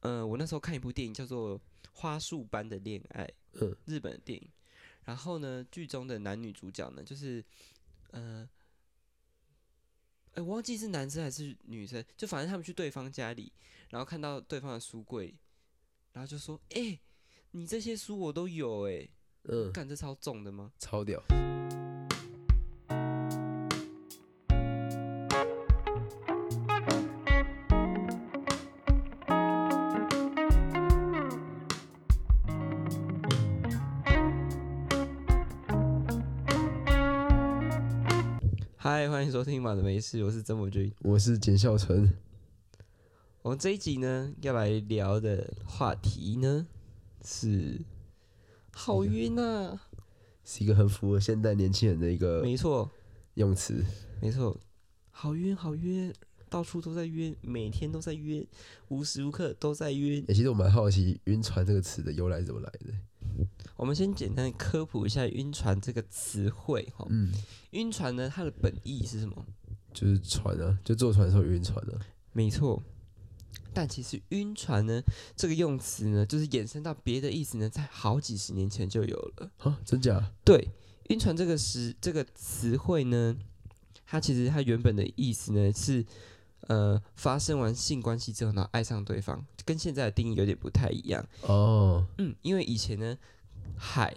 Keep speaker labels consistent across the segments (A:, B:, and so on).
A: 呃，我那时候看一部电影叫做《花束般的恋爱》，
B: 嗯，
A: 日本的电影。然后呢，剧中的男女主角呢，就是呃，哎、我忘记是男生还是女生，就反正他们去对方家里，然后看到对方的书柜，然后就说：“哎、你这些书我都有、欸，哎，
B: 嗯，
A: 干这超重的吗？”
B: 超屌。
A: 嗨，欢迎收听《马的没事》，我是曾博君。
B: 我是简孝纯，
A: 我们这一集呢，要来聊的话题呢是好晕啊，
B: 是一个很符合现代年轻人的一个
A: 没错，
B: 用词。
A: 没错，好晕好晕，到处都在晕，每天都在晕，无时无刻都在晕。
B: 欸其实我蛮好奇“晕船”这个词的由来是怎么来的。
A: 我们先简单地科普一下“晕船”这个词汇哈。
B: 嗯，
A: 晕船呢，它的本意是什么？
B: 就是船啊，就坐船的时候晕船啊。
A: 没错，但其实“晕船”呢这个用词呢，就是衍生到别的意思呢，在好几十年前就有了。
B: 啊，真假？
A: 对，晕船这个时这个词汇呢，它其实它原本的意思呢是，呃，发生完性关系之后呢，爱上对方，跟现在的定义有点不太一样。
B: 哦，
A: 嗯，因为以前呢，海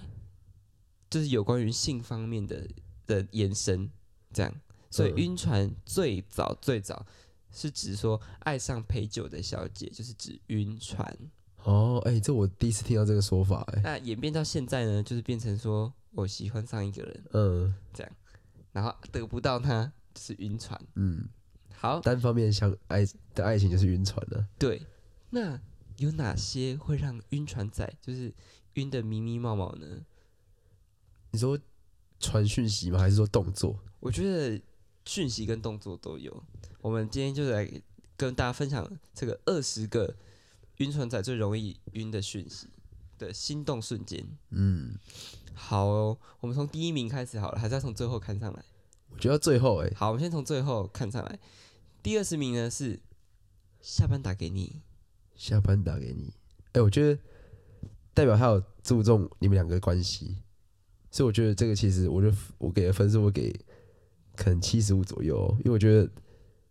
A: 就是有关于性方面的的延伸，这样，所以
B: 嗯
A: 晕船最早最早是指说爱上陪酒的小姐，就是指晕船。
B: 哦，哎、这我第一次听到这个说法、哎，
A: 那演变到现在呢，就是变成说我喜欢上一个人，
B: 嗯
A: 然后得不到他，就是晕船。
B: 嗯，
A: 好，
B: 单方面相爱的爱情就是晕船啊了、
A: 对，那有哪些会让晕船仔就是晕的迷迷冒冒呢？
B: 你说传讯息吗？还是说动作？
A: 我觉得讯息跟动作都有。我们今天就来跟大家分享这个二十个晕船仔最容易晕的讯息的心动瞬间。
B: 嗯，
A: 好哦，我们从第一名开始好了，还是要从最后看上来？
B: 我觉得最后、哎，
A: 好，我们先从最后看上来。第二十名呢是下班打给你，
B: 下班打给你。哎、我觉得代表他有注重你们两个的关系，所以我觉得这个其实，我就我给的分数我给可能七十五左右哦，因为我觉得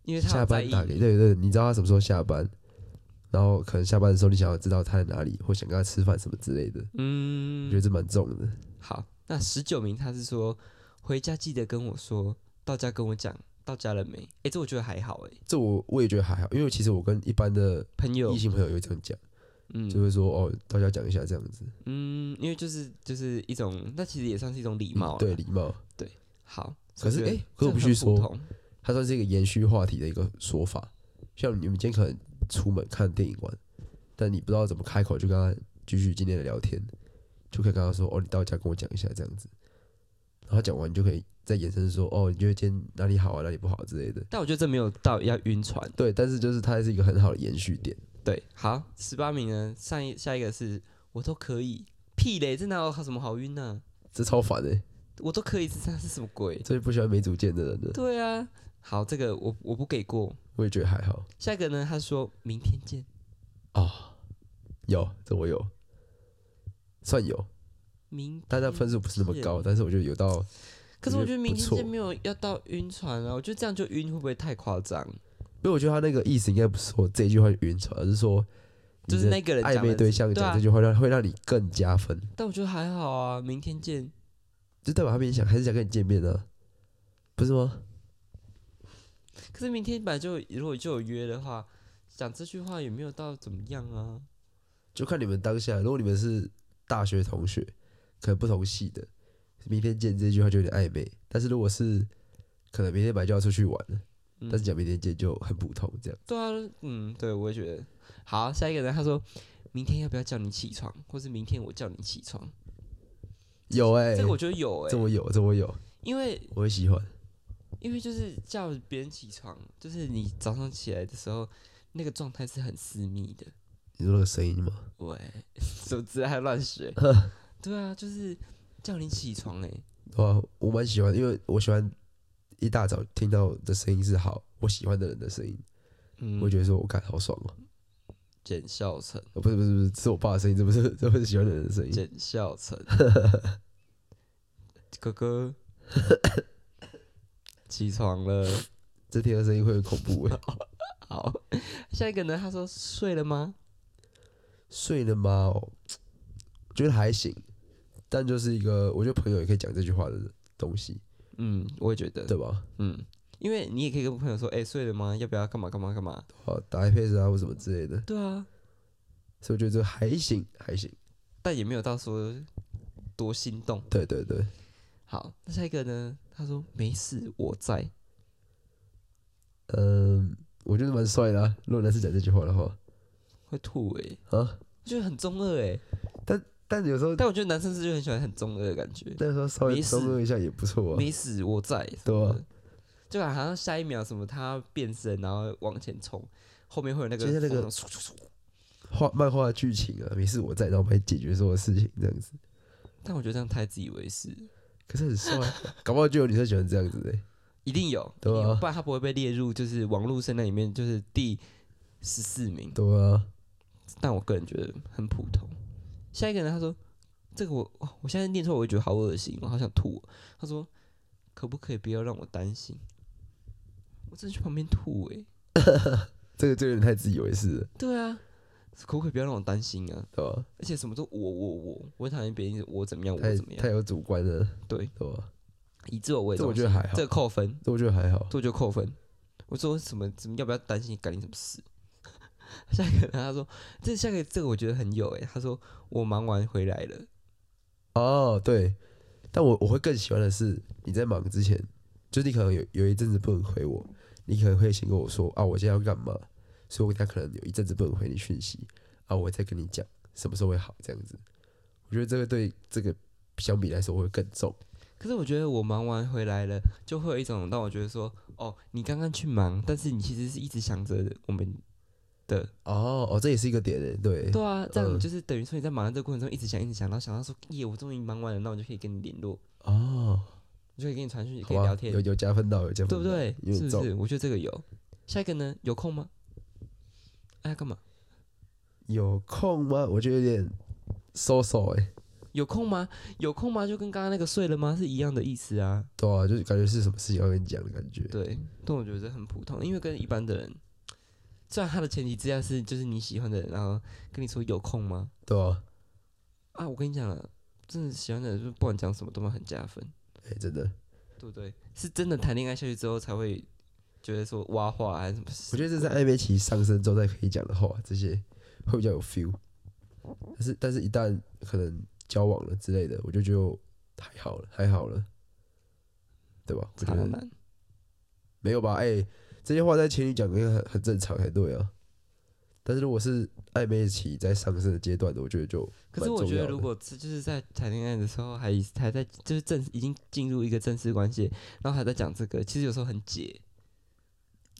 A: 因为哎他
B: 下
A: 有在
B: 班
A: 意
B: 打给对对，你知道他什么时候下班，然后可能下班的时候你想要知道他在哪里，或想跟他吃饭什么之类的，我
A: 嗯
B: 觉得这蛮重的。
A: 好，那十九名他是说回家记得跟我说，到家跟我讲到家了没？诶，这我觉得还好诶，
B: 这我我也觉得还好，因为其实我跟一般的
A: 朋友
B: 异，性朋友也会这样讲，就
A: 嗯
B: 会说哦，大家讲一下这样子，
A: 嗯，因为就是就是一种，那其实也算是一种礼貌、了。
B: 对，礼貌。
A: 好，
B: 可是
A: 所以
B: 诶
A: 这
B: 可是我
A: 这
B: 必
A: 很
B: 须
A: 普
B: 说
A: 通
B: 它算是一个延续话题的一个说法。像你们今天可能出门看电影玩，但你不知道怎么开口，就跟他继续今天的聊天，就可以跟他说：“哦，你到家跟我讲一下这样子。”然后他讲完，你就可以再延伸说：“哦，你觉得今天哪里好啊，哪里不好之类的。
A: 但我觉得这没有到要晕船。”
B: 对，但是就是它是一个很好的延续点。
A: 对，好，十八名呢，上一下一个是我都可以，屁嘞，这哪有什么好晕呢、
B: 这超烦哎、
A: 我都可以，这是什么鬼？
B: 最不喜欢没主见的人的，
A: 对啊，好，这个我我不给过。
B: 我也觉得还好。
A: 下一个呢，他说明天见，
B: 有，这我有，算有，
A: 明
B: 但它分数不是那么高，但是我觉得有到
A: 可是我觉得明
B: 不
A: 天
B: 错
A: 见没有要到晕船啊，我觉得这样就晕会不会太夸张？
B: 因为我觉得他那个意思应该不是说这句话晕船，而是说你
A: 就是
B: 的
A: 那个人
B: 暧
A: 讲
B: 昧
A: 的
B: 对象
A: 对
B: 讲
A: 啊
B: 这句话让会让你更加分，
A: 但我觉得还好啊，明天见。
B: 就代表他们想还是想跟你见面呢、不是吗？
A: 可是明天本来就如果就有约的话，讲这句话也没有到怎么样啊。
B: 就看你们当下，如果你们是大学同学，可能不同系的，明天见这句话就有点暧昧。但是如果是可能明天本来就要出去玩了，
A: 嗯
B: 但是讲明天见就很普通这样。
A: 对啊，嗯，对，我也觉得。好，下一个人他说，明天要不要叫你起床，或是明天我叫你起床？
B: 有哎、
A: 这个我觉得有诶、
B: 这我有，这我有，
A: 因为
B: 我会喜欢。
A: 因为就是叫别人起床，就是你早上起来的时候，那个状态是很私密的。
B: 你说那个声音吗？
A: 喂，手指还乱学。对啊，就是叫你起床哎、
B: 对啊，我蛮喜欢，因为我喜欢一大早听到的声音是好，我喜欢的人的声音，
A: 嗯
B: 我会觉得说我感好爽哦、
A: 简孝成，
B: 呃不是不是不是，是我爸的声音，这不是这不是喜欢的人的声音。
A: 简孝成，哥哥，起床了。
B: 这听的声音会很恐怖哎、
A: 好，下一个呢？他说睡了吗？
B: 睡了吗？哦觉得还行，但就是一个我觉得朋友也可以讲这句话的东西，
A: 嗯，我也觉得，
B: 对吧？
A: 嗯，因为你也可以跟朋友说，哎、睡了吗？要不要干嘛干嘛干嘛？
B: 好，打 iPad 啊或什么之类的，
A: 对啊，
B: 所以我觉得这个还行，还行。
A: 但也没有到说多心动。
B: 对对对，
A: 好，那下一个呢？他说没事，我在。
B: 嗯，我觉得蛮帅的、啊。如果男生讲这句话的话，
A: 会吐哎、
B: 啊，
A: 我觉得很中二哎、
B: 但有时候
A: 但我觉得男生是就很喜欢很中二的感觉。
B: 那时候稍微
A: 没事
B: 中二一下也不错啊。
A: 没死我在，
B: 对啊
A: 什么的，就好像下一秒什么他变身，然后往前冲，后面会有那个
B: 就是那个
A: 风嗖嗖嗖
B: 画漫画的剧情啊，没事我在，然后帮你解决所有事情这样子，
A: 但我觉得这样太自以为是，
B: 可是很帅啊、 搞不好就有女生喜欢这样子的、
A: 一定有，
B: 对啊
A: 一定有不然他不会被列入就是网络生那里面就是第十四名。
B: 对啊，
A: 但我个人觉得很普通。下一个人他说：“这个我哇我现在念错，我也觉得好恶心，我好想吐哦。”他说：“可不可以不要让我担心？”我真的去旁边吐欸诶、
B: 这个就有点太自以为是了，
A: 对啊，可不可以不要让我担心啊？
B: 对吧、
A: 而且什么都我我我，我很讨厌别人一直我怎么样我
B: 太
A: 怎么样
B: 太，有主观了，
A: 对，
B: 对吧、
A: 以自我为
B: 这
A: 中
B: 我觉
A: 心，
B: 得还好
A: 这个扣分，
B: 这我觉得还好。
A: 这我就扣分。我说什么怎么要不要担心，干你什么事？下一个人他说这下一个这个我觉得很有诶、欸他说我忙完回来了，
B: 哦，对，但我我会更喜欢的是你在忙之前，就是你可能有有一阵子不能回我，你可能会先跟我说啊，我现在要干嘛，所以我等下可能有一阵子不能回你讯息啊，我再跟你讲什么时候会好这样子。我觉得这个对这个相比来说会更重，
A: 可是我觉得我忙完回来了，就会有一种让我觉得说哦，你刚刚去忙，但是你其实是一直想着我们的，
B: 哦哦，这也是一个点诶，对
A: 对啊，这样
B: 嗯
A: 你就是等于说你在忙的这个过程中一直想一直想，然后想到说耶，我终于忙完了，那我就可以跟你联络，
B: 哦，
A: 我就可以跟你传讯息，啊
B: 好
A: 可以
B: 吧
A: 聊天
B: 有，有加分到，有加
A: 对
B: 分到，
A: 不对？
B: 有
A: 是
B: 点
A: 不是？
B: 重，
A: 我觉得这个有。下一个呢？有空吗？哎，要干嘛？
B: 有空吗？我觉得有点 so so 哎、
A: 有空吗？有空吗？就跟刚刚那个睡了吗是一样的意思啊。
B: 对啊，就是感觉是什么事情要跟你讲的感觉，
A: 对，但我觉得这很普通，因为跟一般的人，虽然他的前提之下是就是你喜欢的人，然后跟你说有空吗？
B: 对啊，
A: 啊，我跟你讲了，真的喜欢的人，就不管讲什么都会很加分，
B: 哎、真的。
A: 对不对？是真的谈恋爱下去之后才会觉得说挖话啊还是什么
B: 我
A: 事？
B: 觉得这在暧昧期上升之后再可以讲的话，这些会比较有 feel。但是，但是一旦可能交往了之类的，我就就还好了，还好了，对吧？我觉
A: 渣
B: 得
A: 男，
B: 没有吧？哎、这些话在情侣讲应该很很正常才对啊。但是如果是暧昧期在上升的阶段的，我觉得就
A: 可是
B: 蛮
A: 我
B: 重
A: 觉
B: 要
A: 得，
B: 的
A: 如果是就是在谈恋爱的时候还还在就是正已经进入一个正式关系，然后还在讲这个，其实有时候很解，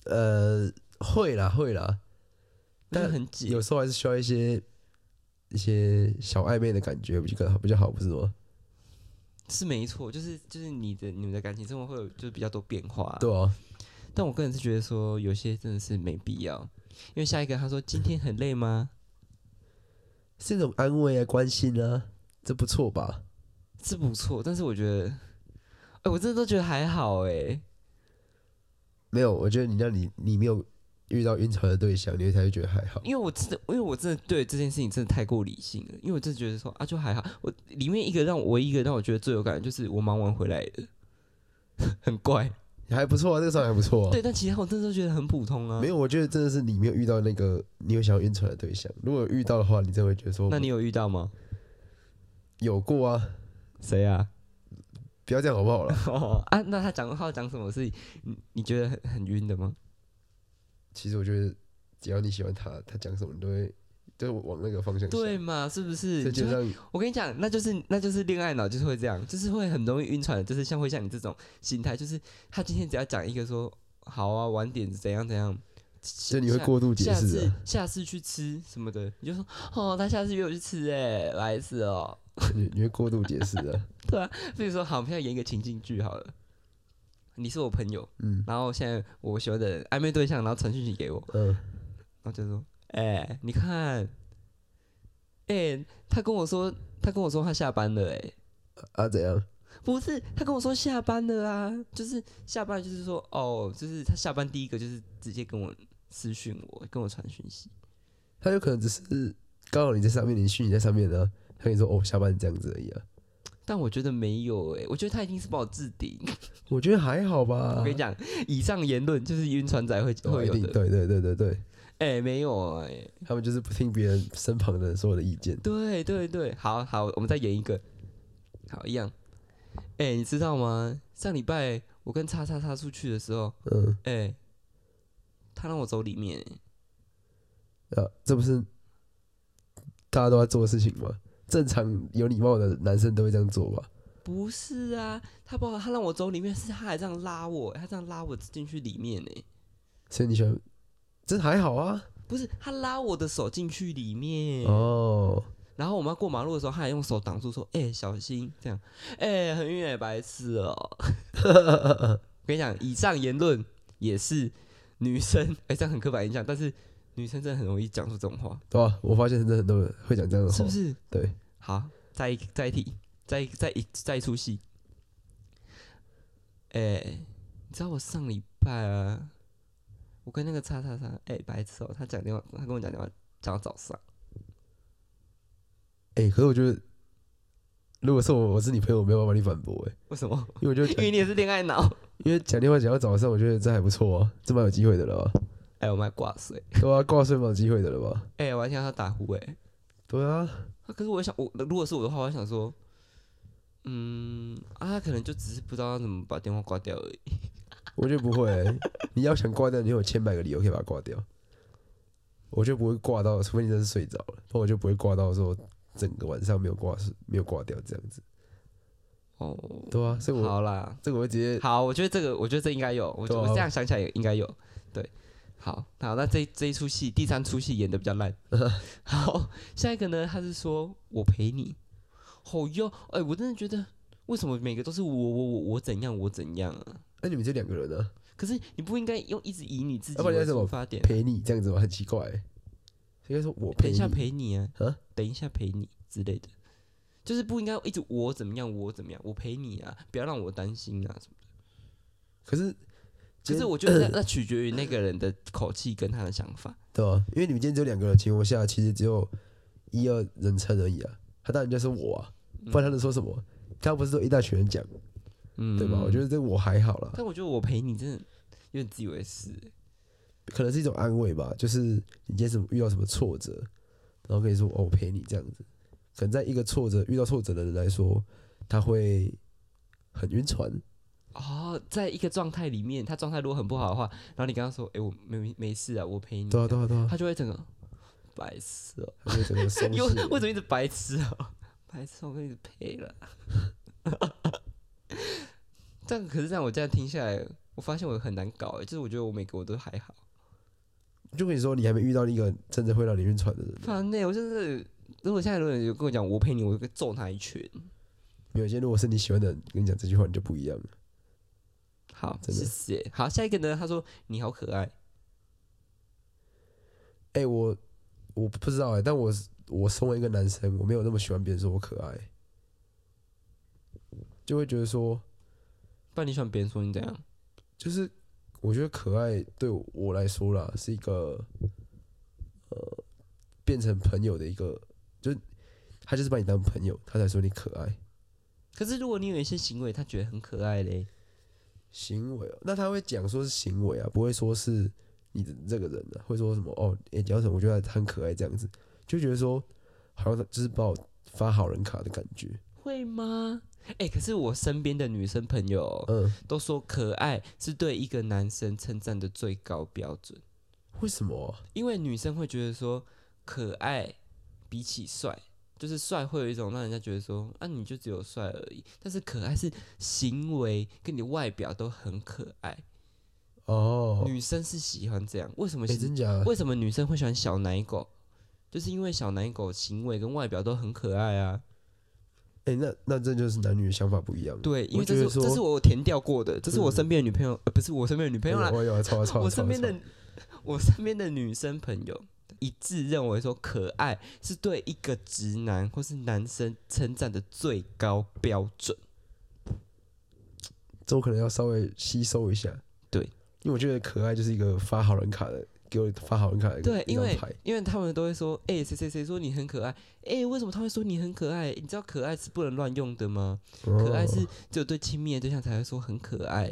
B: 呃会啦会啦，
A: 我觉得
B: 但
A: 很解。
B: 有时候还是需要一些一些小暧昧的感觉，比较好比较好，不是吗？
A: 是没错，就是就是你的你们的感情生活会有就是比较多变化、
B: 对啊，
A: 但我个人是觉得说有些真的是没必要，因为下一个他说今天很累吗？
B: 是一种安慰啊、关心啊，这不错吧？
A: 是不错，但是我觉得，哎、我真的都觉得还好哎、
B: 没有，我觉得你让你你没有遇到晕船的对象，你才会觉得还好
A: 因。为我真的因为我真的对这件事情真的太过理性了，因为我真的觉得说啊就还好，我里面一个让我唯一一个让我觉得最有感的就是我忙完回来的，很怪，
B: 还不错啊，这个算还不错啊。
A: 对，但其他我真的都觉得很普通啊
B: 没。有，我觉得真的是你没有遇到那个你有想要晕船的对象。如果有遇到的话，你真的会觉得说，
A: 那你有遇到吗？
B: 有过啊？
A: 谁啊？
B: 不要这样好不好啦？
A: 哦啊，那他讲他讲什么是你你觉得很很晕的吗？
B: 其实我觉得，只要你喜欢他，他讲什么你都会都会往那个方向想。
A: 对，嘛，是不是？
B: 这就
A: 就会
B: 像
A: 我跟你讲，那就是那就是恋爱脑，就是会这样，就是会很容易晕船，就是像会像你这种心态，就是他今天只要讲一个说好啊，晚点怎样怎样，
B: 就你会
A: 下
B: 过度解
A: 下
B: 释
A: 次
B: 啊，
A: 下次去吃什么的，你就说哦，他下次约我去吃哎、来一次哦。
B: 你你会过度解释啊。
A: 比如说，好，我们现在演一个情境剧好了，你是我朋友，
B: 嗯
A: 然后现在我喜欢的人暧昧对象，然后传讯息给我，
B: 嗯，
A: 然后就说，哎、哎、你看，哎、他跟我说，他跟我说他下班了、哎，
B: 啊，怎样？
A: 不是，他跟我说下班了啊，就是下班，就是说哦，就是他下班第一个就是直接跟我私讯我，跟我传讯息。
B: 他有可能只是刚好你在上面，你去你在上面呢、他跟你说哦，下班这样子而已啊。
A: 但我觉得没有哎、我觉得他一定是把我置顶。
B: 我觉得还好吧。
A: 我跟你讲，以上言论就是晕船仔会
B: 哦
A: 会
B: 一
A: 有
B: 定
A: 的。
B: 对对对对对，
A: 哎、没有哎、
B: 他们就是不听别人身旁的人所有的意见。
A: 对对对，好好，我们再演一个，好一样。哎、你知道吗？上礼拜我跟叉叉叉出去的时候，
B: 嗯，
A: 哎、他让我走里面、欸
B: 啊，这不是大家都在做的事情吗？正常有礼貌的男生都会这样做吧？
A: 不是啊，他把我他让我走里面，是他还这样拉我、他这样拉我进去里面呢、欸
B: 所以你喜欢，这还好啊。
A: 不是他拉我的手进去里面，
B: 哦，
A: 然后我们要过马路的时候，他还用手挡住说：“哎、小心！”这样，哎、很远、白痴哦、 我跟你讲，以上言论也是女生，哎、这样很刻板印象，但是女生真的很容易讲出这种话，
B: 对吧？我发现真的很多人会讲这样的话，
A: 是不是？
B: 对。
A: 好，再一再一题，再一再一再一出戏。哎、你知道我上礼拜啊，我跟那个叉叉叉，哎、白痴哦、他讲电话，他跟我讲电话，讲到早上。
B: 哎、可是我觉得，如果是我，我是你朋友，我没有办法帮你反驳哎、
A: 为什么？
B: 因为我就
A: 因为你也是恋爱脑。
B: 因为讲电话讲到早上，我觉得这还不错啊，这蛮有机会的了吧？
A: 哎、我们还挂水。
B: 对啊，挂睡蛮有机会的了吧？
A: 哎、我还听到他打呼哎、
B: 对啊，
A: 啊可是我想，我如果是我的话，我会想说，嗯，啊，他可能就只是不知道要怎么把电话挂掉而已。
B: 我觉得不会欸、你要想挂掉，你有千百个理由可以把它挂掉。我就不会挂到，除非你真的是睡着了，不然我就不会挂到说整个晚上没有挂没有挂掉这样子。
A: 哦，
B: 对啊，所以我
A: 好啦，
B: 这个我会直接
A: 好，我觉得这个，我觉得这应该有，我、
B: 对啊
A: 我这样想起来也应该有，对，好，好，那这这一出戏，第三出戏演的比较 烂。好，下一个呢，他是说我陪你，哦哟，哎、我真的觉得为什么每个都是我我我我怎样我怎样啊？
B: 那、哎你们就两个人呢、啊，
A: 可是你不应该用一直以你自己
B: 要不然
A: 为
B: 你要怎
A: 出
B: 么
A: 发点，
B: 陪你这样子嘛，很奇怪、欸。应该说我
A: 等
B: 陪
A: 一
B: 你，
A: 下陪你啊
B: 啊，
A: 等一下陪你之类的，就是不应该一直我怎么样我怎么样，我陪你啊，不要让我担心啊什么。
B: 可是
A: 可
B: 今
A: 是
B: 天
A: 我觉得 那那取决于那个人的口气跟他的想法。
B: 对啊，因为你们今天只有两个人的情况下，其实只有一二人称而已啊。他当然就是我啊，不然他能说什么？他不是说一大群人讲，
A: 嗯，
B: 对吧？我觉
A: 得，
B: 得这我还好啦，
A: 但我觉得我陪你真的有点自以为是。
B: 可能是一种安慰吧。就是你今天什么遇到什么挫折，然后跟你说哦，我陪你这样子。可能在一个挫折遇到挫折的人来说，他会很晕船，
A: 哦，在一个状态里面，他状态如果很不好的话，然后你跟他说：“哎、我没没事啊，我陪你。
B: 对啊，对啊，对啊
A: 他，就会整个白痴哦、
B: 他会整个松
A: 你 为
B: 懈。
A: 为什么一直白痴啊？ 白痴，我跟你赔了。 这样可是这样，我这样听下来，我发现我很难搞、欸。就是我觉得我每个我都还好，
B: 就跟你说，你还没遇到一个真正会让你晕船的人。
A: 烦呢、我就是，如果现在有人有跟我讲我陪你，我就揍他一拳。
B: 有些如果是你喜欢的人跟你讲这句话，你就不一样了。
A: 好，
B: 真
A: 谢
B: 的
A: 谢。好，下一个呢？他说你好可爱。
B: 哎、我我不知道哎、但我是我身为一个男生，我没有那么喜欢别人说我可爱，就会觉得说，
A: 不然你喜欢别人说你怎样？
B: 就是我觉得可爱对我我来说啦，是一个呃变成朋友的一个，就是他就是把你当朋友，他才说你可爱
A: 可是如果你有一些行为，他觉得很可爱嘞，
B: 行为、哦，那他会讲说是行为啊，不会说是你的这个人啊，会说什么哦，哎、讲什么我觉得他很可爱这样子，就觉得说好像他就是把我发好人卡的感觉，
A: 会吗？哎、可是我身边的女生朋友
B: 嗯。
A: 都说可爱是对一个男生称赞的最高标准，
B: 为什么啊、
A: 因为女生会觉得说可爱比起帅，就是帅会有一种让人家觉得说啊你就只有帅而已，但是可爱是行为跟你的外表都很可爱，
B: 哦，
A: 女生是喜欢这样。为什么
B: 哎、
A: 其实
B: 真假的？
A: 为什么女生会喜欢小奶狗？就是因为小奶狗行为跟外表都很可爱啊。
B: 哎、那那这就是男女的想法不一样。
A: 对，因为
B: 我
A: 这
B: 觉
A: 是
B: 得说嗯
A: 这是我填掉过的，这是我身边的女朋友，呃、不是我身边的女朋
B: 哎呦，
A: 友啦，
B: 我有啊，超啊超 啊，
A: 我
B: 超
A: 身
B: 啊
A: 边
B: 超啊
A: 的我身边的女生朋友，一致认为说，可爱是对一个直男或是男生称赞的最高标准。
B: 这我可能要稍微吸收一下。
A: 对，
B: 因为我觉得可爱就是一个发好人卡的，给我发好人卡的一个
A: 对，
B: 一
A: 因
B: 张
A: 为
B: 牌
A: 因为他们都会说，哎、谁谁谁说你很可爱，哎、为什么他会说你很可爱？你知道可爱是不能乱用的吗？可爱是
B: 哦
A: 只有对亲密的对象才会说很可爱、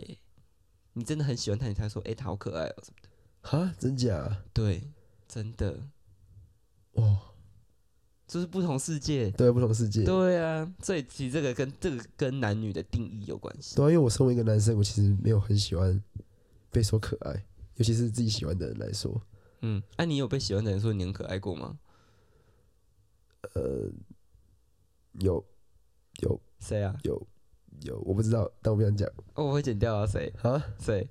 A: 你真的很喜欢他，你才说，哎、他好可爱哦、什么的。
B: 哈，真假？
A: 对，真的，
B: 哇，
A: 就是不同世界。
B: 对，不同世界。
A: 对啊，所以其实这个跟这个跟男女的定义有关系。
B: 对啊，因为我身为一个男生，我其实没有很喜欢被说可爱，尤其是自己喜欢的人来说。
A: 嗯，那、你有被喜欢的人说你很可爱过吗？
B: 呃，有有
A: 谁啊？
B: 有有，我不知道，但我不想讲
A: 哦，我会剪掉啊，谁
B: 啊
A: 谁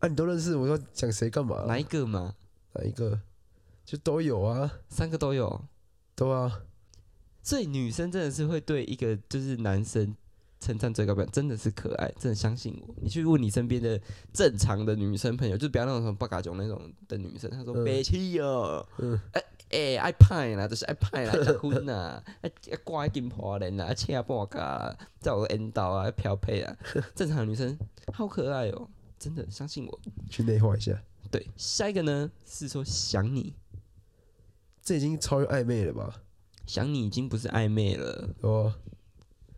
B: 啊！你都认识，我说讲谁干嘛？
A: 哪一个嘛？
B: 哪一个？就都有啊，
A: 三个都有，
B: 都啊，
A: 所以女生真的是会对一个就是男生称赞最高标准，真的是可爱，真的相信我。你去问你身边的正常的女生朋友，就不要那种什么八嘎囧那种的女生，她说
B: 嗯
A: 别气哦，
B: 嗯
A: 哎哎爱派啦，就是爱派啦，结婚啦，啊挂一金破人啦，啊切半嘎啦，在我引导啊漂配啊，正常的女生好可爱哦，真的相信我。
B: 去内化一下。
A: 对，下一个呢是说想你，
B: 这已经超越暧昧了吧？
A: 想你已经不是暧昧了，
B: 哦，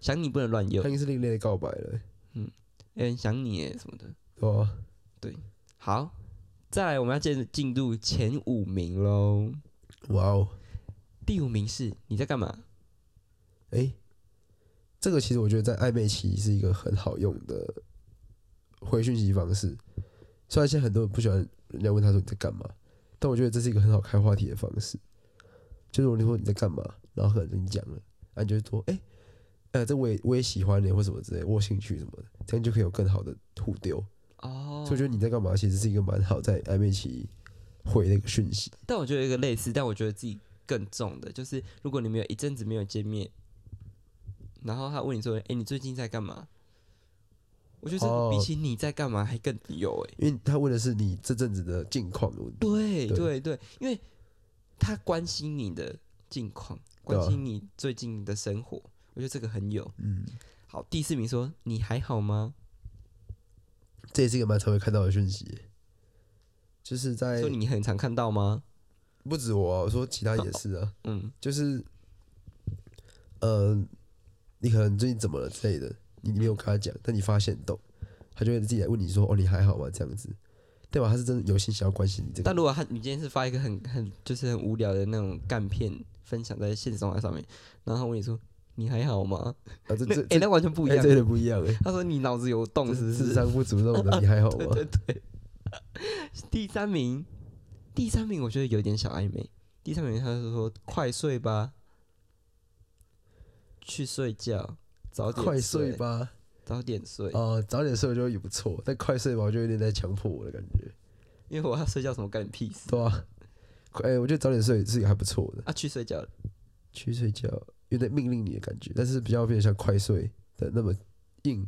A: 想你不能乱用
B: 他已，经是另类的告白了，
A: 有人想你耶什么的。
B: 哦，
A: 好，再来我们要进进入前五名喽。
B: 哇哦，
A: 第五名是你在干嘛？
B: 诶，这个其实我觉得在暧昧期是一个很好用的回讯息方式。虽然现在很多人不喜欢人家问他说你在干嘛，但我觉得这是一个很好开话题的方式。就是我说你在干嘛，然后可能跟你讲了，啊，你就会说，诶，呃，这我也我也喜欢你，或什么之类，我有兴趣什么的，这样就可以有更好的互丢。
A: 哦
B: 所以我觉得你在干嘛，其实是一个蛮好在暧昧期回的一个讯息。
A: 但我觉得有一个类似，但我觉得自己更重的，就是如果你们有一阵子没有见面，然后他问你说：“哎、你最近在干嘛？”我觉得这个比
B: 哦
A: 起你在干嘛还更有哎、
B: 因为他问的是你这阵子的近况的问题。
A: 对对
B: 对
A: 对，因为他关心你的近况，
B: 对
A: 关
B: 啊
A: 心你最近的生活，我觉得这个很有。
B: 嗯，
A: 好，第四名说：“你还好吗？”
B: 这也是一个蛮常会看到的讯息，就是在
A: 说你很常看到吗？
B: 不止我、啊，我说其他也是啊，
A: 嗯，
B: 就是呃，你可能最近怎么了之类的，你没有跟他讲，但你发现懂，他就会自己来问你说：“哦，你还好吗？”这样子，对吧？他是真的有心想要关心你这
A: 但
B: 个，
A: 如果他你今天是发一个很很就是很无聊的那种干片分享在现实动态上面，然后他问你说你还好吗？
B: 啊，这
A: 那
B: 这
A: 哎、那完全不一
B: 哎
A: 样。
B: 这有点不一样哎、
A: 他说你脑子有洞
B: 这
A: 是不
B: 是智
A: 是？
B: 商不足那种的，你还好吗？
A: 对对对。第三名，第三名我觉得有点小暧昧。第三名他就说快睡吧，去睡觉，早点
B: 快睡，吧。
A: 早点睡，
B: 哦，早点睡我觉得也不错，但快睡吧，我就有点在强迫我的感觉，
A: 因为我要睡觉什么干你屁事
B: 对吧、快，哎、我觉得早点睡是一个还不错的，
A: 啊？去睡觉了。
B: 去睡觉有点命令你的感觉，但是比较变得像快睡的那么硬，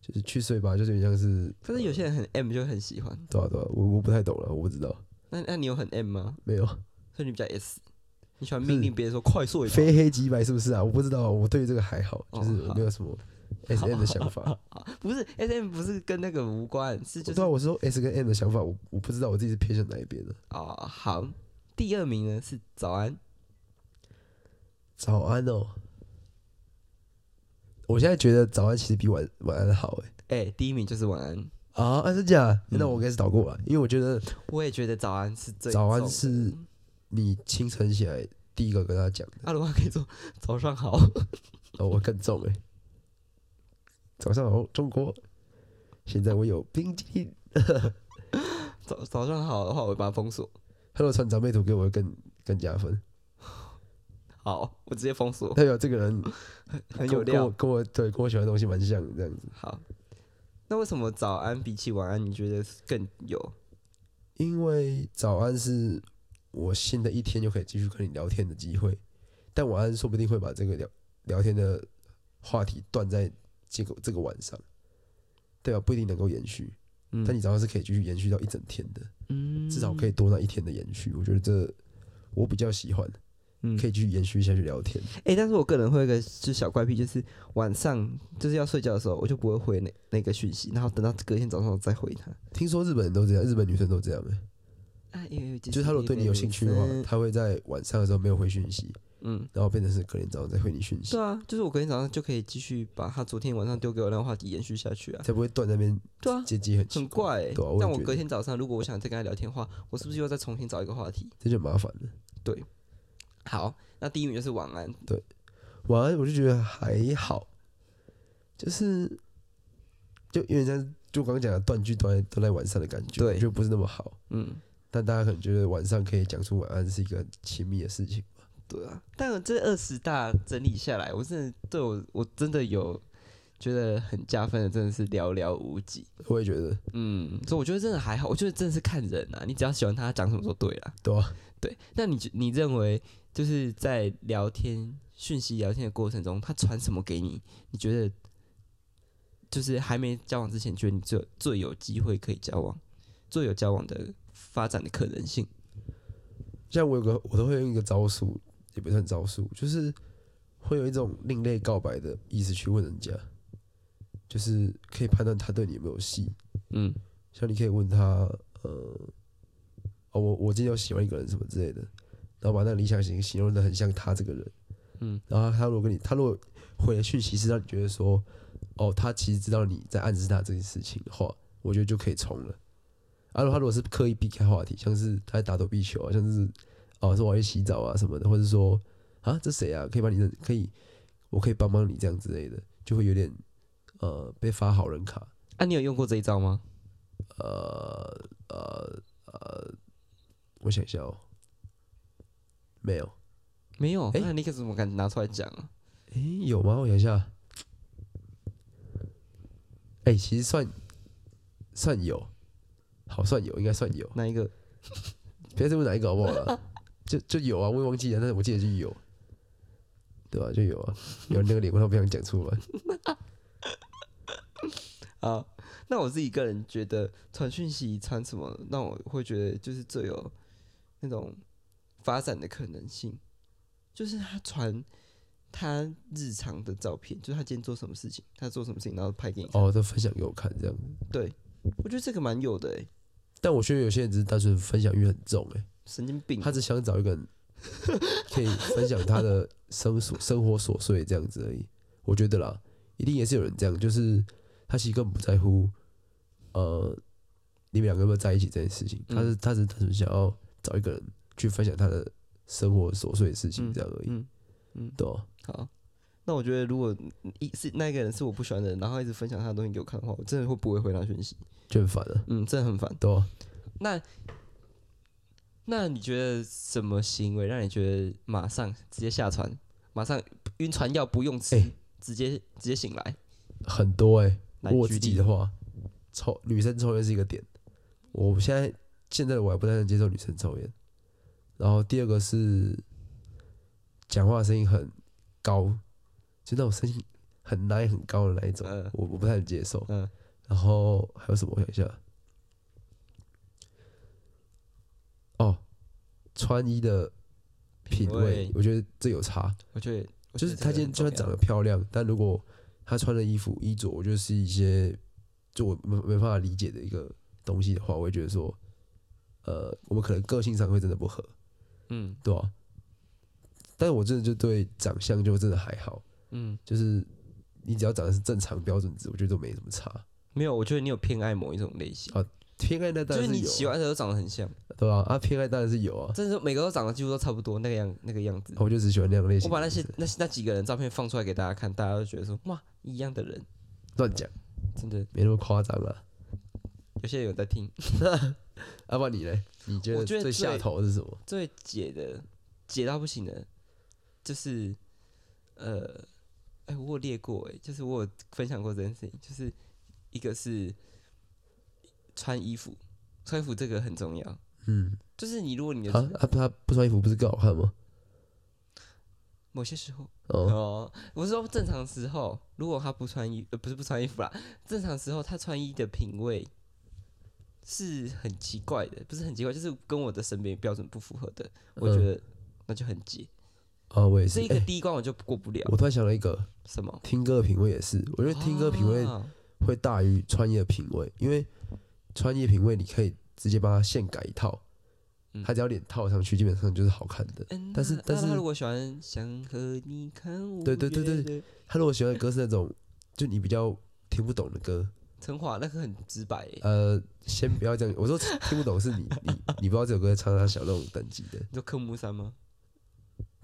B: 就是去睡吧，就是有点像是，
A: 可是有些人很 M 就很喜欢，
B: 对啊对啊，我我不太懂了，我不知道，
A: 那那你有很 M 吗？
B: 没有
A: 所以你比较 S，你喜欢命令别人说快速一点。
B: 非黑即白是不是啊？我不知道，我对于这个还好，
A: 哦
B: 就是我没有什么 S M 的想法，
A: 啊不是 S M 不是跟那个无关，是 就是
B: 对啊，我是说 S 跟 M 的想法，我我不知道我自己是偏向哪一边的。
A: 哦好。第二名呢是早安，
B: 早安哦，我现在觉得早安其实比晚晚安好哎。
A: 哎、第一名就是晚安。
B: 啊，啊是假的？
A: 嗯
B: 那我应该是倒过来，因为我觉得
A: 我也觉得早安是最
B: 早安
A: 重的
B: 是你清晨起来第一个跟他讲的，
A: 啊，如果可以说早上好，
B: 哦，我更重哎、 早上好，中国！现在我有冰激凌。
A: 早早上好的话，我会把它封锁。
B: 他如果传长辈图给我，会更更加分。
A: 好，我直接封锁，
B: 代表这个人
A: 很有
B: 跟我
A: 料。
B: 跟我对跟我喜欢的东西蛮像的这样子。
A: 好，那为什么早安比起晚安，你觉得更有？
B: 因为早安是我新的一天就可以继续跟你聊天的机会，但晚安说不定会把这个聊聊天的话题断在这个这个晚上，对吧、不一定能够延续。
A: 嗯
B: 但你只要是可以继续延续到一整天的，
A: 嗯
B: 至少可以多那一天的延续。我觉得这我比较喜欢，
A: 嗯
B: 可以继续延续下去聊天。
A: 哎、但是我个人会有一个就是小怪癖，就是晚上就是要睡觉的时候，我就不会回那那个讯息，然后等到隔天早上我再回他。
B: 听说日本人都这样，日本女生都这样、欸，
A: 啊，因为就
B: 就是她如果对你有兴趣的话，她会在晚上的时候没有回讯息，
A: 嗯，
B: 然后变成是隔天早上再回你讯息
A: 对，啊，就是我隔天早上就可以继续把他昨天晚上丢给我那个话题延续下去啊。
B: 才不会断在那边
A: 对啊，
B: 接机很
A: 很
B: 奇怪，
A: 怪、欸
B: 对啊我也
A: 但我
B: 觉得
A: 隔天早上如果我想再跟他聊天的话，我是不是又再重新找一个话题？
B: 这就很麻烦了。
A: 好，那第一名就是晚安。
B: 晚安，我就觉得还好，就是就有点像就刚刚讲的断句断在断在晚上的感觉，
A: 对
B: 我觉得不是那么好。
A: 嗯，
B: 但大家可能觉得晚上可以讲出晚安是一个很亲密的事情，
A: 对啊。但我这二十大整理下来，我真的对我我真的有觉得很加分的，真的是寥寥无几。
B: 我也觉得
A: 嗯，所以我觉得真的还好，我觉得真的是看人啊，你只要喜欢他讲什么都对啦。
B: 对啊
A: 对，那你觉你认为就是在聊天讯息聊天的过程中，他传什么给你？你觉得就是还没交往之前，觉得你最最有机会可以交往，最有交往的发展的可能性？
B: 像我有个我都会用一个招数，也不算招数，就是会有一种另类告白的意思去问人家，就是可以判断他对你有没有戏。
A: 嗯
B: 像你可以问他，呃，哦，我我今天有喜欢一个人什么之类的，然后把那个理想型形容的很像他这个人，
A: 嗯，
B: 然后他如果跟你，他如果回的讯息是让你觉得说，哦，他其实知道你在暗示他这件事情的话，我觉得就可以冲了。啊，如果他如果是刻意避开话题，像是他在打躲避球啊，像是哦说我要去洗澡啊什么的，或者说啊这谁啊，可以帮你认，可以我可以帮帮你这样之类的，就会有点呃被发好人卡。
A: 啊，你有用过这一招吗？
B: 呃呃呃，我想一下哦，没有，
A: 没有，
B: 诶
A: 那啊你可怎么敢拿出来讲啊？
B: 诶、有吗？我想一下，诶、其实算算有，好算有，应该算有，
A: 那一个
B: 不要再问哪一个好不好啦就就有啊，我也忘记了，但是我记得就有，对吧、就有啊，有那个脸，我都不想讲出来。
A: 啊，那我自己个人觉得传讯息传什么，让我会觉得就是最有那种发展的可能性，就是他传他日常的照片，就是他今天做什么事情，他做什么事情，然后拍给你看。
B: 哦，都分享给我看这样，
A: 对，我觉得这个蛮有的欸诶、
B: 但我觉得有些人只是单纯分享欲很重、诶。
A: 神经病。
B: 他只想找一个人可以分享他的生所 生活琐碎这样子而已。我觉得啦，一定也是有人这样，就是他其实根本不在乎，呃，你们两个有没有在一起这件事情，
A: 嗯
B: 他是他只是单纯想要找一个人去分享他的生活琐碎的事情这样而已，
A: 嗯嗯，
B: 对啊
A: 好。那我觉得，如果一是那一个人是我不喜欢的人，然后一直分享他的东西给我看的话，我真的会不会回他讯息？
B: 就很烦啊，
A: 嗯，真的很烦。
B: 对啊
A: 那那你觉得什么行为让你觉得马上直接下船，马上晕船药不用吃，
B: 哎
A: 直接直接醒来？
B: 很多哎、
A: 来
B: 如果我
A: 举
B: 自己
A: 例
B: 的话，抽女生抽烟是一个点，我现在现在的我还不太能接受女生抽烟。然后第二个是讲话声音很高，就那种声音很奶很高的那一种，
A: 嗯
B: 我我不太能接受。
A: 嗯
B: 然后还有什么？我想一下。哦，穿衣的品
A: 品
B: 味
A: 味，
B: 我觉得这有差。
A: 我觉得我觉
B: 就
A: 得
B: 是她
A: 这个
B: 今天
A: 很
B: 就算
A: 重
B: 长
A: 要
B: 得漂亮，但如果她穿的衣服衣着，我觉得是一些就我没没办法理解的一个东西的话，我会觉得说，呃，我们可能个性上会真的不合，
A: 嗯
B: 对吧、但是我真的就对长相就真的还好，
A: 嗯，
B: 就是你只要长得是正常标准值，我觉得都没什么差。
A: 没有，我觉得你有偏爱某一种类型，
B: 啊偏爱那当
A: 就是
B: 然是
A: 你
B: 有
A: 喜
B: 啊、
A: 欢的都长得很像，
B: 对吧、啊？偏爱当然是有啊，
A: 真的是每个都长得几乎都差不多那个样那个样子。
B: 我就只喜欢那样类型
A: 我把
B: 的女
A: 那
B: 生。
A: 些那那几个人照片放出来给大家看，大家都觉得说哇，一样的人，
B: 乱讲，
A: 真的
B: 没那么夸张啊。
A: 有些人有在听。
B: 阿、啊、不然你嘞？你觉
A: 我觉得
B: 最下
A: 最
B: 头的是什么？
A: 最解的解到不行的，就是呃，哎、我有列过哎、就是我有分享过这件事情，就是一个是穿衣服，穿衣服这个很重要，
B: 嗯，
A: 就是你如果你
B: 啊
A: 的
B: 啊！他不穿衣服不是更好看吗？
A: 某些时候
B: 哦，
A: 哦，我是说正常时候，如果他不穿衣，呃，不是不穿衣服啦，正常时候他穿衣的品味是很奇怪的，不是很奇怪，就是跟我的审美标准不符合的，我觉
B: 嗯
A: 得那就很解。
B: 啊，我也是。
A: 这一个
B: 哎
A: 第一关我就过不了，
B: 我突然想到一个，
A: 什么？
B: 听歌的品味也是，我觉得听歌品味
A: 啊
B: 会大于穿衣的品味，因为穿衣的品味你可以直接帮他现改一套
A: 嗯，
B: 他只要脸套上去，基本上就是好看的。
A: 嗯
B: 但是
A: 那
B: 但
A: 那他
B: 是
A: 如果喜欢想和你看五
B: 对对对对
A: 月的
B: 他如果喜欢的歌是那种就你比较听不懂的歌，
A: 陈华那个很直白耶，
B: 呃，先不要这样，我说听不懂是你你你不知道这首歌在唱他小那种等级的，
A: 你说科目三 吗？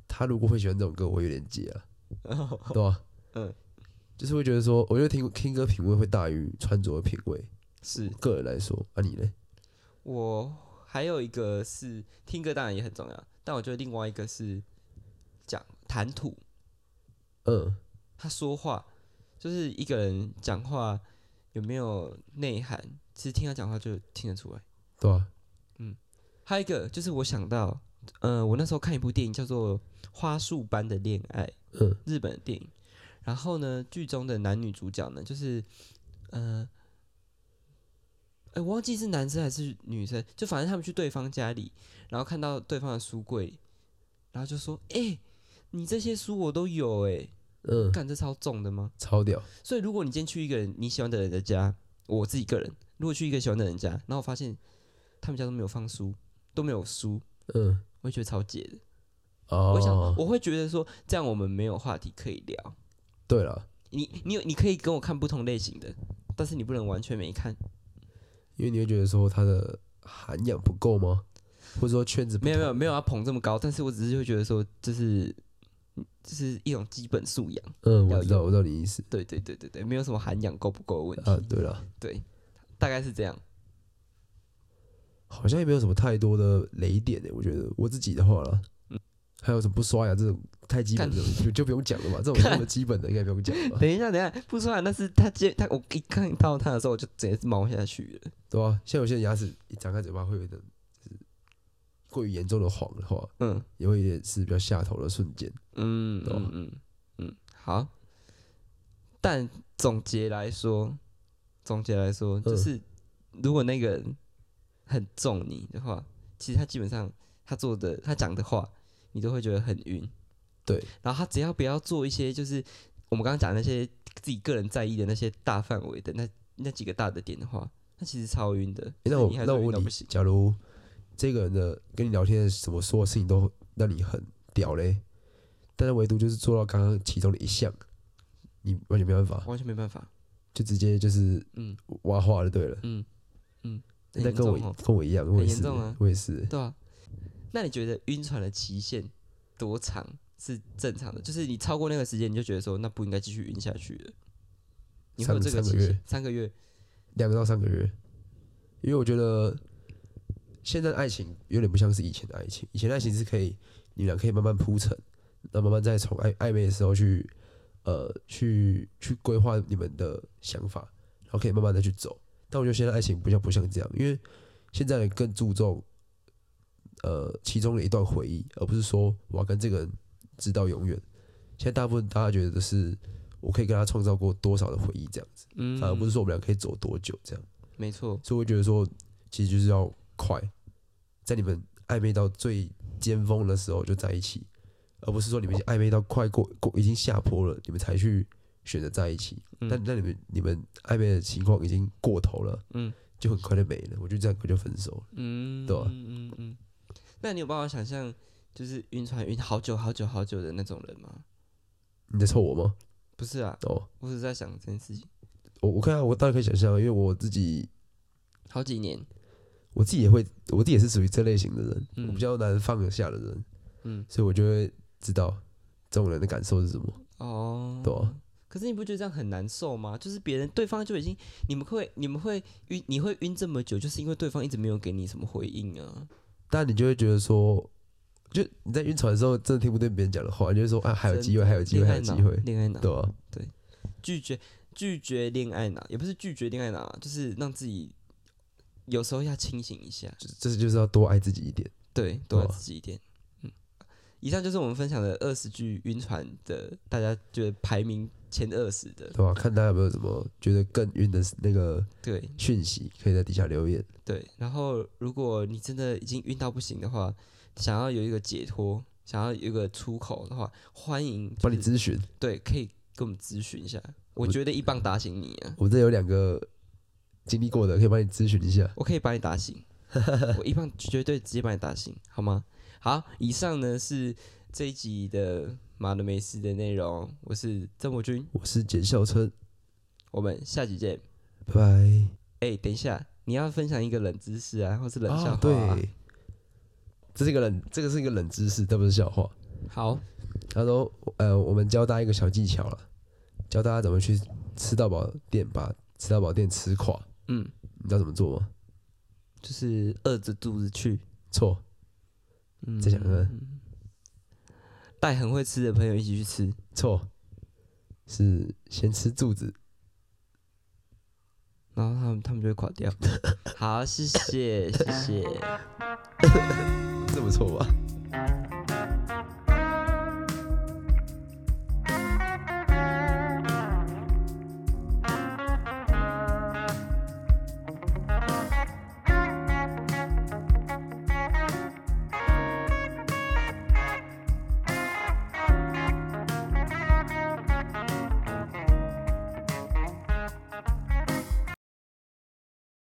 B: 他如果会喜欢这种歌，我会有点解啊，
A: 哦
B: 对吧、
A: 嗯，
B: 就是会觉得说，我觉得听听歌品味会大于穿着的品味，
A: 是
B: 个人来说，啊你嘞？
A: 我还有一个是听歌，当然也很重要，但我觉得另外一个是讲谈吐，
B: 嗯，
A: 他说话就是一个人讲话有没有内涵，其实听他讲话就听得出来。
B: 对吧、啊
A: 还有一个就是我想到，呃，我那时候看一部电影叫做《花束般的恋爱》，
B: 嗯，
A: 日本的电影。然后呢，剧中的男女主角呢，就是，呃，哎、我忘记是男生还是女生，就反正他们去对方家里，然后看到对方的书柜，然后就说：“哎、你这些书我都有、欸，哎，
B: 嗯，
A: 干这超重的吗？”
B: 超屌，
A: 所以如果你今天去一个人你喜欢的人的家，我自己个人，如果去一个喜欢的人家，然后我发现他们家都没有放书，都没有书，
B: 嗯，
A: 我会觉得超解的。
B: 哦，
A: 我想我会觉得说，这样我们没有话题可以聊。
B: 对了，
A: 你你有你可以跟我看不同类型的，但是你不能完全没看。
B: 因为你会觉得说他的涵养不够吗？或者说圈子不
A: 没有没有
B: 同
A: 没有要捧这么高，但是我只是会觉得说，这是这是一种基本素养。
B: 嗯，
A: 要
B: 我知道，我知道你意思
A: 对对对对对，没有什么涵养够不够的问题。
B: 啊。对了，
A: 对，大概是这样。
B: 好像也没有什么太多的雷点诶，我觉得我自己的话啦，
A: 嗯
B: 还有什么不刷牙这种太基本的就就不用讲了 吧，这种这么基本的应该不用讲了吧，
A: 等一下，等一下，不出来，那是他接他，我一看到他的时候，我就直接猫下去了。
B: 对吧、像有些人牙齿一张开嘴巴会有点就是过于严重的黄的话，
A: 嗯
B: 也会有点是比较下头的瞬间。
A: 嗯
B: 懂
A: 嗯嗯嗯，好。但总结来说，总结来说，就是如果那个人很重你的话，其实他基本上他做的他讲的话，你都会觉得很晕。
B: 对，
A: 然后他只要不要做一些就是我们刚刚讲那些自己个人在意的那些大范围的那那几个大的点的话，他其实超晕的。
B: 诶那
A: 就是
B: 我
A: 你还是
B: 那
A: 会
B: 我
A: 晕到
B: 问
A: 不
B: 你
A: 行，。
B: 假如这个人的跟你聊天的什么所有事情都让你很屌嘞，但是唯独就是做到刚刚其中的一项，你完全没办法，
A: 完全没办法。
B: 就直接就是
A: 嗯
B: 挖话就对了。
A: 嗯嗯，很
B: 那
A: 严
B: 跟我
A: 重
B: 一
A: 哦，
B: 跟我一样，我也
A: 严
B: 是
A: 重啊，
B: 我也是。
A: 对啊。那你觉得晕船的期限多长是正常的？就是你超过那个时间，你就觉得说那不应该继续晕下去了。你会有
B: 三
A: 这个
B: 三个
A: 期限
B: 月，
A: 三个月，
B: 两个到三个月，因为我觉得现在的爱情有点不像是以前的爱情，以前的爱情是可以你们俩可以慢慢铺陈，那慢慢再从暧暧昧的时候去呃去去规划你们的想法，然后可以慢慢的去走。但我觉得现在的爱情比较不像这样，因为现在人更注重呃其中的一段回忆，而不是说我要跟这个人直到永远。现在大部分大家觉得的是我可以跟他创造过多少的回忆这样子。
A: 嗯，
B: 反而不是说我们俩可以走多久这样，
A: 没错，
B: 所以我觉得说，其实就是要快，在你们暧昧到最尖峰的时候就在一起，而不是说你们已经暧昧到快过过已经下坡了，你们才去选择在一起。
A: 嗯
B: 但但你们你们暧昧的情况已经过头了，
A: 嗯，
B: 就很快就没了，我觉得这样很快就分手了。
A: 嗯，
B: 对啊
A: 嗯嗯嗯。那你有办法想象就是晕船晕好久好久好久的那种人吗？
B: 你在臭我吗？
A: 不是啊，
B: 哦，
A: 我只是在想这件事情，
B: 我我看啊，我当然可以想象，因为我自己
A: 好几年，
B: 我自己也会，我自己也是属于这类型的人，
A: 嗯
B: 我比较难放得下的人，
A: 嗯，
B: 所以我就会知道这种人的感受是什么。
A: 哦，
B: 对啊
A: 可是你不觉得这样很难受吗？就是别人对方就已经，你们会你们会晕，你会晕这么久，就是因为对方一直没有给你什么回应啊。
B: 但你就会觉得说，就你在晕船的时候，真的听不对别人讲的话，你就会说啊，还有机会，还有机会，
A: 恋
B: 还
A: 爱
B: 有机
A: 脑，
B: 会，
A: 恋爱脑，
B: 对啊，
A: 拒绝拒绝恋爱脑，也不是拒绝恋爱脑啊，就是让自己有时候要清醒一下，
B: 就这就是要多爱自己一点。
A: 对，多爱
B: 对啊
A: 自己一点。嗯，以上就是我们分享的二十句晕船的，大家觉得排名前二十的，
B: 对吧？看大家有没有什么觉得更晕的那个
A: 对
B: 讯息，可以在底下留言。
A: 对。然后如果你真的已经晕到不行的话，想要有一个解脱，想要有一个出口的话，欢迎
B: 帮你
A: 就是
B: 咨询。
A: 对，可以跟我们咨询一下。我觉得一棒打醒你啊，
B: 我们这有两个经历过的，可以帮你咨询一下。
A: 我可以把你打 醒，我一棒绝对直接把你打醒，好吗？好，以上呢是这一集的马德梅斯的内容，我是郑博君，
B: 我是简孝琛，
A: 我们下集见。
B: 拜拜。
A: 哎、等一下，你要分享一个冷知识啊，或是冷笑
B: 啊，
A: 话、啊
B: 对，这是一个冷，这个是一个冷知识，这不是笑话。
A: 好，
B: 他说，呃，我们教大家一个小技巧了，教大家怎么去吃到饱店，把吃到饱店吃垮。
A: 嗯，
B: 你知道怎么做吗？
A: 就是饿着肚子去。
B: 错，
A: 嗯，
B: 再讲一个
A: 带很会吃的朋友一起去吃，
B: 错，是先吃柱子。
A: 然后他们他们就会 垮掉。好，谢谢谢谢。
B: 这不错吧？